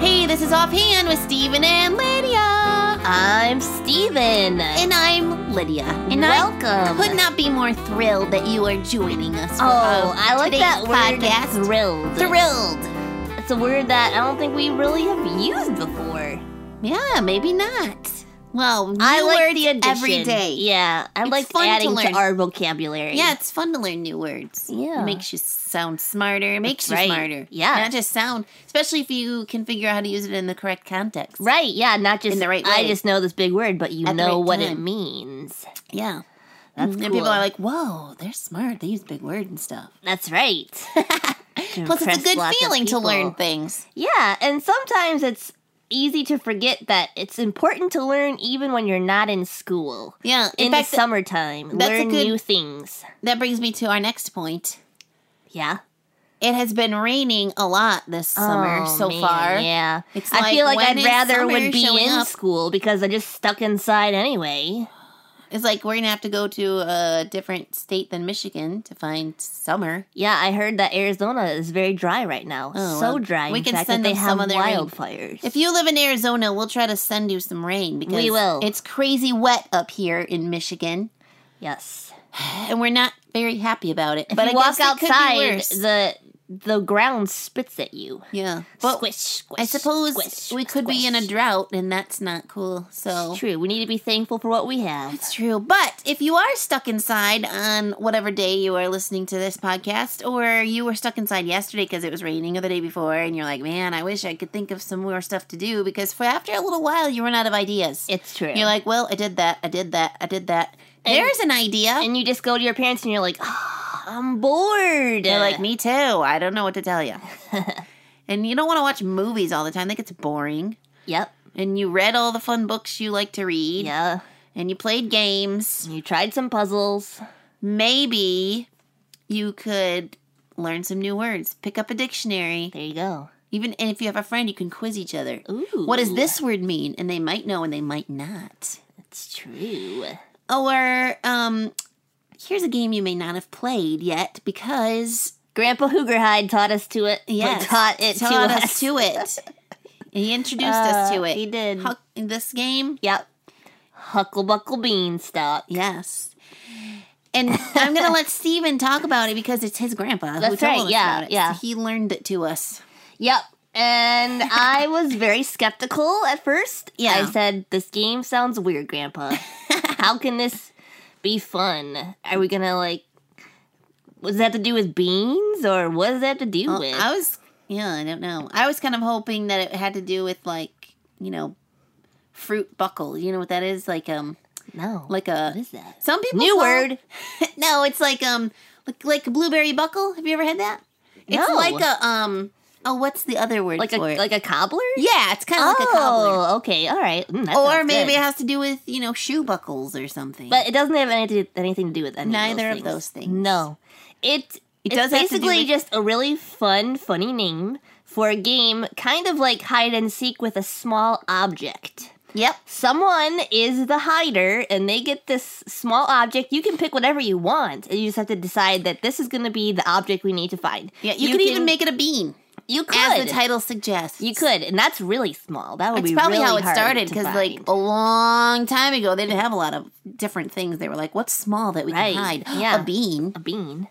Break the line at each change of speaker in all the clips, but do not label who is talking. Games Offhand with Steven and Lydia.
I'm Steven.
And I'm Lydia.
And
Welcome.
I
Could not be more thrilled that you are joining us. For
Oh,
uh,
I like
today's
that word
podcast.
thrilled.
Thrilled.
It's a word that I don't think we really have used before.
Yeah, maybe not. Well,
I
new
like
words
the addition.
every day.
Yeah, I
It's
like
fun to
adding to,
learn.
our vocabulary.
Yeah, it's fun to learn new words.
Yeah.
It makes you sound smarter. It makes
right.
you smarter.
Yeah.
Not just sound, especially if you can figure out how to use it in the correct context.
Right, yeah, not just
In the right
I
way.
just know this big word, but you
At the
know
right
what it
time.
means.
Yeah.
That's
and
cool.
people are like, whoa, they're smart. They use big words and stuff.
That's right.
Plus, it's a good feeling to learn
things.
things.
Yeah, and sometimes it's easy to forget that it's important to learn even when you're not in school.
Yeah.
In,
In, fact,
the summertime,
that's a
learn
good-
new things.
that brings me to our next point.
Yeah.
It has been raining a lot this summer
Oh,
so
man,
far.
Yeah.
It's
I feel
like,
like
when
I'd
is
rather
summer
would be
showing
in
up?
school because I just stuck inside anyway.
It's like we're going to have to go to a different state than Michigan to find summer.
Yeah, I heard that Arizona is very dry right now.
Oh,
so
well,
dry.
we
in
can
fact,
send
that they
them
have
some of their rain.
wildfires.
If you live in Arizona, we'll try to send you some rain because
We will.
it's crazy wet up here in Michigan,
yes,
and we're not very happy about it.
if
but
you
I guess
walk
it could be
outside,
worse.
the the ground spits at you.
yeah. But
squish, squish.
I suppose
squish,
we could be in a
squish.
drought, and that's not cool. So
It's true. We need to be thankful for what we have.
It's true. But if you are stuck inside on whatever day you are listening to this podcast, or you were stuck inside yesterday because it was raining or the day before, and you're like, man, I wish I could think of some more stuff to do because for after a little while, you run out of ideas.
It's true.
You're like, well, I did that, I did that, I did that.
And-
There's an idea.
and you just go to your parents and you're like, "Ah, I'm bored.
They're like, me too. I don't know what to tell you. and you don't want to watch movies all the time, that gets boring.
Yep.
And you read all the fun books you like to read,
Yeah.
and you played games.
You tried some puzzles.
maybe you could learn some new words, pick up a dictionary.
There you go.
Even and if you have a friend, you can quiz each other.
Ooh.
What does this word mean? And they might know and they might not.
It's true.
Or um here's a game you may not have played yet because
Grandpa Hoogerhide taught us to it.
Yes.
Taught it
taught
to
us.
us.
to it. he introduced us
Uh,
to it.
He did.
Huck- this game?
yep. Huckle Buckle Beanstalk.
Yes. And I'm gonna let Steven talk about it because it's his grandpa who
That's
told
right,
us
yeah,
about it. So
yeah.
he learned it to us.
Yep. And I was very skeptical at first.
Yeah.
I said, This game sounds weird, Grandpa. How can this be fun? Are we gonna like what does that have to do with beans or what does that have to do
Well,
with?
I was, yeah, I don't know. I was kind of hoping that it had to do with like, you know, fruit buckle. You know what that is? Like um,
no.
like a
what is that?
some people
New
call-
word.
no, it's like um, like like blueberry buckle. Have you ever had that? It's
No.
like a um. Oh, what's the other word
Like a
for it?
like a cobbler?
yeah, it's kind of like a cobbler.
oh, okay, all right. Mm, that
Or
sounds
maybe
good.
it has to do with you know shoe buckles or something.
But it doesn't have anything anything to do with any
Neither of
of those
those
things.
things.
No, it it's
does have to do
basically
with-
just a really fun, funny name for a game, kind of like hide and seek with a small object.
yep,
Someone is the hider, and they get this small object. You can pick whatever you want, and you just have to decide that this is going to be the object we need to find.
yeah, you,
you
could
can-
even make it a bean,
You could,
as the title suggests.
you could, and that's really small. That would
That's
be
probably
really
how it
hard
started
to
because, like,
find.
a long time ago, they didn't have a lot of different things. They were like, "What's small that we
Right,
can hide?
yeah.
A bean."
a bean.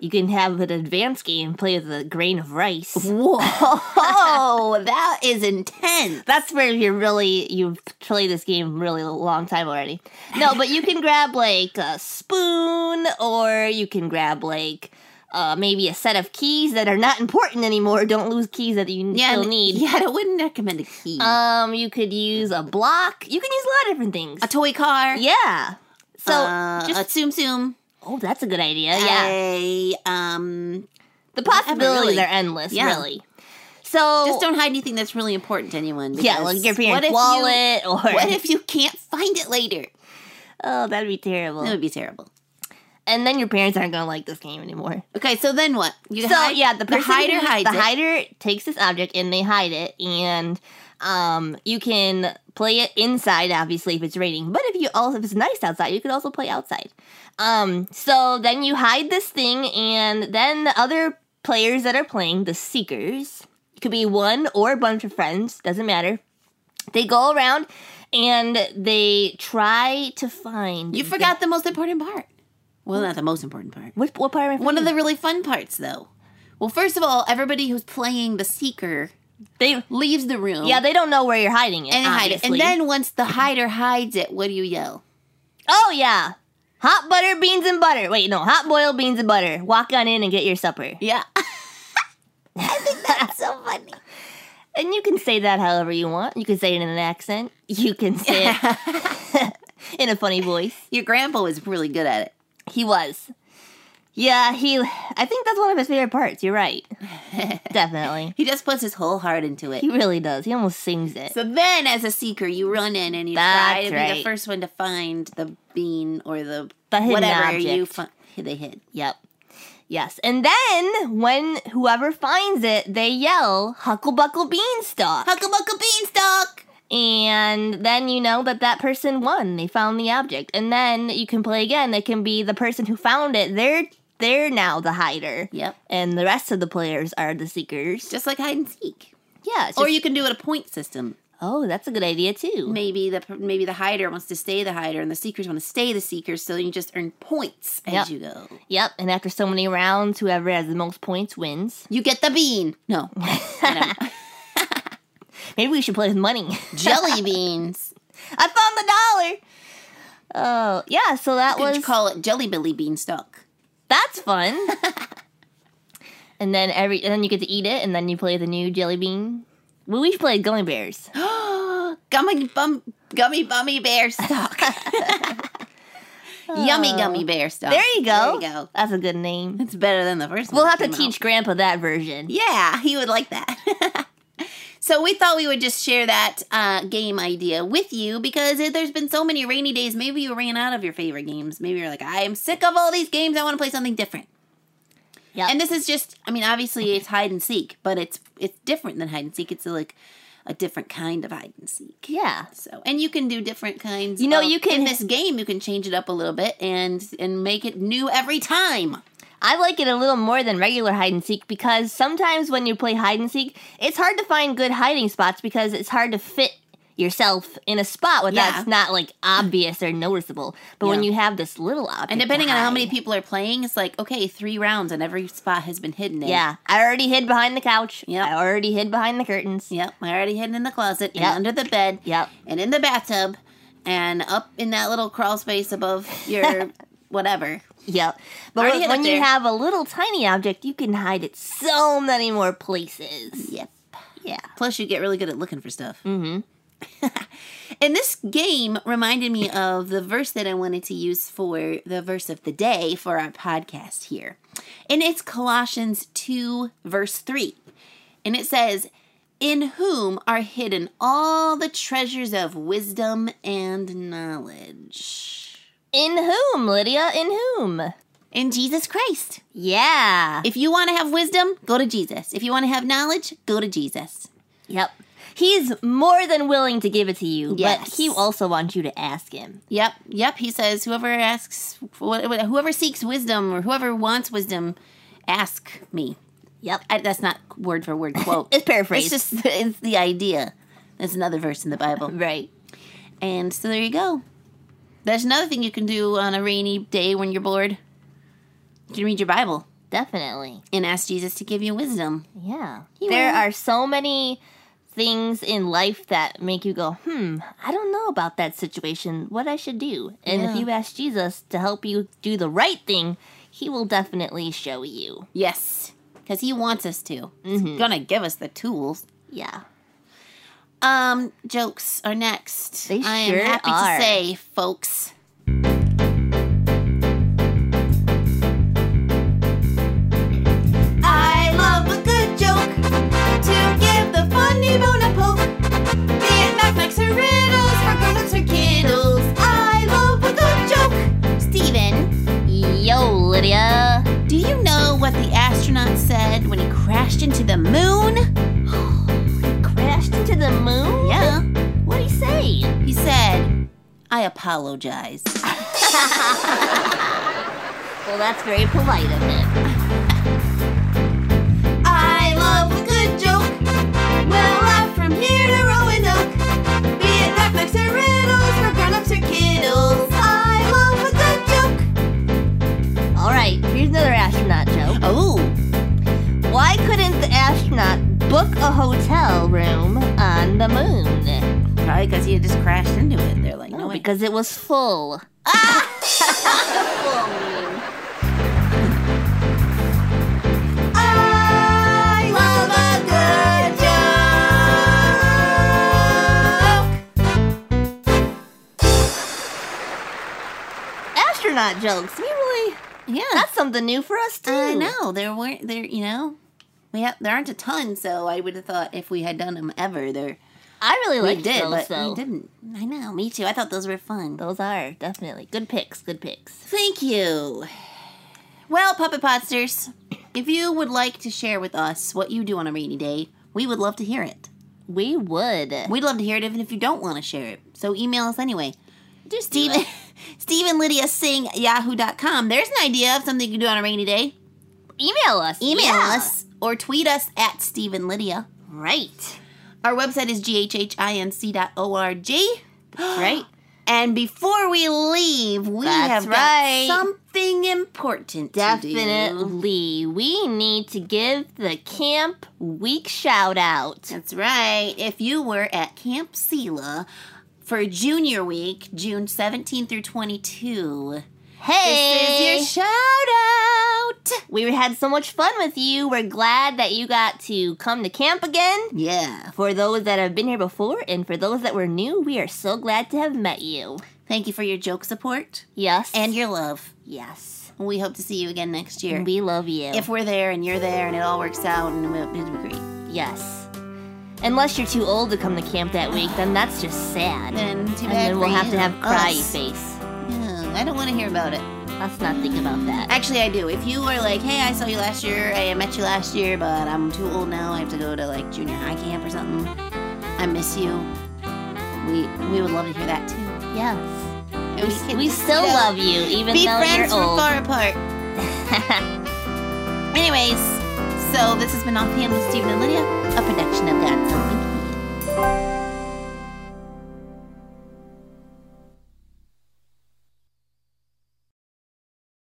You can have an advanced game play with a grain of rice.
Whoa, that is intense.
That's where you're really you've played this game really a long time already. No, but you can grab like a spoon, or you can grab like uh, maybe a set of keys that are not important anymore. Don't lose keys that you still
and-
need.
Yeah, I wouldn't recommend a key.
Um, you could use a block. You can use a lot of different things.
a toy car.
yeah. So
uh,
just
a tsum tsum.
oh, that's a good idea. Yeah,
A, um,
the possibilities
really.
are endless.
Yeah.
Really. So
just don't hide anything that's really important to anyone.
Oh. yeah,
because
like your
what if
parents'
you-
wallet or
what if you can't find it later?
oh, that'd be terrible.
That would be terrible.
and then your parents aren't gonna like this game anymore.
Okay, so then what? You
So
hide-
yeah, the, person
hider
who-
hides
the
it.
hider takes this object and they hide it, and um, you can play it inside, obviously if it's raining. But if you also if it's nice outside, you could also play outside. Um, so then you hide this thing, and then the other players that are playing, the seekers, could be one or a bunch of friends, doesn't matter. They go around and they try to find.
You forgot the most important part. Well, not the most important part.
Which, what part am I
One of the really fun parts, though. Well, first of all, everybody who's playing the seeker
They,
leaves the room.
yeah, they don't know where you're hiding it.
Oh. and hide it. And
obviously.
then once the hider hides it, what do you yell?
Oh yeah. Hot butter, beans and butter. Wait, no, hot boiled beans and butter. Walk on in and get your supper.
Yeah. I think that's so funny.
And you can say that however you want. You can say it in an accent. You can say it in a funny voice.
Your grandpa was really good at it.
He was. Yeah, he I think that's one of his favorite parts. You're right. Definitely.
He just puts his whole heart into it.
He really does. He almost sings it.
So then, as a seeker, you run in and you try
That's
to be the
right.
first one to find the bean or the,
The hidden
whatever
object.
you fi- they hid.
Yep. Yes. And then when whoever finds it, they yell "Huckle buckle beanstalk."
Huckle buckle beanstalk.
and then you know that that person won they found the object and then you can play again it can be the person who found it they're they're now the hider
Yep.
and the rest of the players are the seekers
Just like hide and seek.
yeah it's
or
just-
you can do it a point system.
oh that's a good idea too
Maybe the maybe the hider wants to stay the hider, and the seekers want to stay the seekers. So you just earn points as
Yep.
you go.
yep and after so many rounds whoever has the most points wins
You get the bean. No,
maybe we should play with money
jelly beans.
i found the dollar oh yeah so that
Could you
was
call it jelly belly beanstalk?
that's fun and then every and then you get to eat it and then you play the new jelly bean well, we should play gummy bears
gummy bum, gummy bummy bear stalk. Yummy gummy bear stalk.
There you go.
There you go.
That's a good name.
It's better than the first one.
We'll
that
have to
came out.
teach Grandpa that version.
Yeah, he would like that. so we thought we would just share that uh, game idea with you because it- there's been so many rainy days. Maybe you ran out of your favorite games. Maybe you're like, I am sick of all these games. I want to play something different.
Yep.
And this is just, I mean, obviously it's hide and seek, but it's it's different than hide and seek. It's like a different kind of hide and seek.
Yeah.
So, and you can do different kinds.
You know,
of-
you can-
in this game you can change it up a little bit and and make it new every time.
I like it a little more than regular hide and seek because sometimes when you play hide and seek, it's hard to find good hiding spots because it's hard to fit yourself in a spot where
Yeah.
that's not like obvious or noticeable. But when
Yeah.
you have this little object,
And
to
depending on how many
hide-
people are playing, it's like okay, three rounds and every spot has been hidden. In.
yeah, I already hid behind the couch.
Yep.
I already hid behind the curtains.
Yep. I already hidden in the closet
Yep.
and under the bed
Yep.
and in the bathtub and up in that little crawl space above your whatever.
Yep. But
Already
when,
hid up
when you
there.
have a little tiny object, you can hide it so many more places.
Yep.
Yeah.
Plus, you get really good at looking for stuff.
Mm-hmm.
And this game reminded me of the verse that I wanted to use for the verse of the day for our podcast here. And it's Colossians 2, verse 3. And it says, In whom are hidden all the treasures of wisdom and knowledge.
In whom, Lydia? In whom?
In Jesus Christ.
Yeah.
If you want to have wisdom, go to Jesus. If you want to have knowledge, go to Jesus.
Yep. He's more than willing to give it to you,
Yes.
but he also wants you to ask him.
Yep, yep. He says, whoever asks, wh- wh- whoever seeks wisdom or whoever wants wisdom, ask me.
Yep.
I, that's not word for word quote.
It's paraphrased.
it's just it's the idea. That's another verse in the Bible.
right.
And so there you go. There's another thing you can do on a rainy day when you're bored. You can read your Bible
Definitely.
and ask Jesus to give you wisdom.
Yeah.
He
there
will.
are so many things in life that make you go, hmm, I don't know about that situation, what I should do. And
Yeah.
if you ask Jesus to help you do the right thing, he will definitely show you.
Yes, Mm-hmm. because He wants us to. He's
Mhm.
gonna give us the tools.
Yeah.
Um, jokes are next.
They
I
sure
am happy
are.
to say, folks. I love a good joke to give the funny bone a poke. Be it knickknacks or riddles, for grown-ups or kiddles. I love a good joke. Steven,
Yo, Lydia.
do you know what the astronaut said when he crashed into the moon?
Crashed into the moon?
Yeah.
What'd he say?
He said, I apologize.
Well, that's very polite of him.
I love a good joke Oh,
book a hotel room on the moon.
Probably because he had just crashed into it. They're like, no,
No,
way.
because it was full. Ah! I love a good joke. Astronaut jokes. We really.
yeah.
That's something new for us too.
I know there weren't there. You know, we have, there aren't a ton. So I would have thought if we had done them ever, there
I really
we
like
did,
those
but
though.
we didn't. I know. Me too. I thought those were fun.
Those are definitely good picks. Good picks.
Thank you. Well, Puppet Podsters, if you would like to share with us what you do on a rainy day, we would love to hear it.
We would.
We'd love to hear it even if you don't want to share it. So email us anyway.
just
Steven, Steven Lydia Sing Yahoo.com. There's an idea of something you can do on a rainy day.
email us.
Email
Yeah.
us or tweet us at Steven Lydia.
Right.
Our website is ghhinc.org.
Right.
And before we leave, we
That's
have
right.
got something important to do.
Definitely. We need to give the camp week shout out.
That's right. If you were at Camp Sela for junior week, June 17 through 22,
Hey!
this is your shout out.
we had so much fun with you. We're glad that you got to come to camp again.
Yeah.
For those that have been here before and for those that were new, we are so glad to have met you.
Thank you for your joke support
Yes.
and your love.
yes.
We hope to see you again next year.
We love you.
if we're there and you're there and it all works out and it'll it'll be great,
yes. Unless you're too old to come to camp that week, then that's just sad.
then too bad
and then we'll
for
have
you.
to have cry
Us.
face.
Yeah, Hmm, I don't want to hear about it.
Let's not think about that.
Actually, I do. If you are like, hey, I saw you last year, I met you last year, but I'm too old now. I have to go to like junior high camp or something. I miss you. We we would love to hear that too.
Yes.
And
We,
can-
we still
you know,
love you, even
Be
though you're
friends from
old.
far apart. Anyways, so this has been Offhand with Stephen and Lydia, a production of Got Something.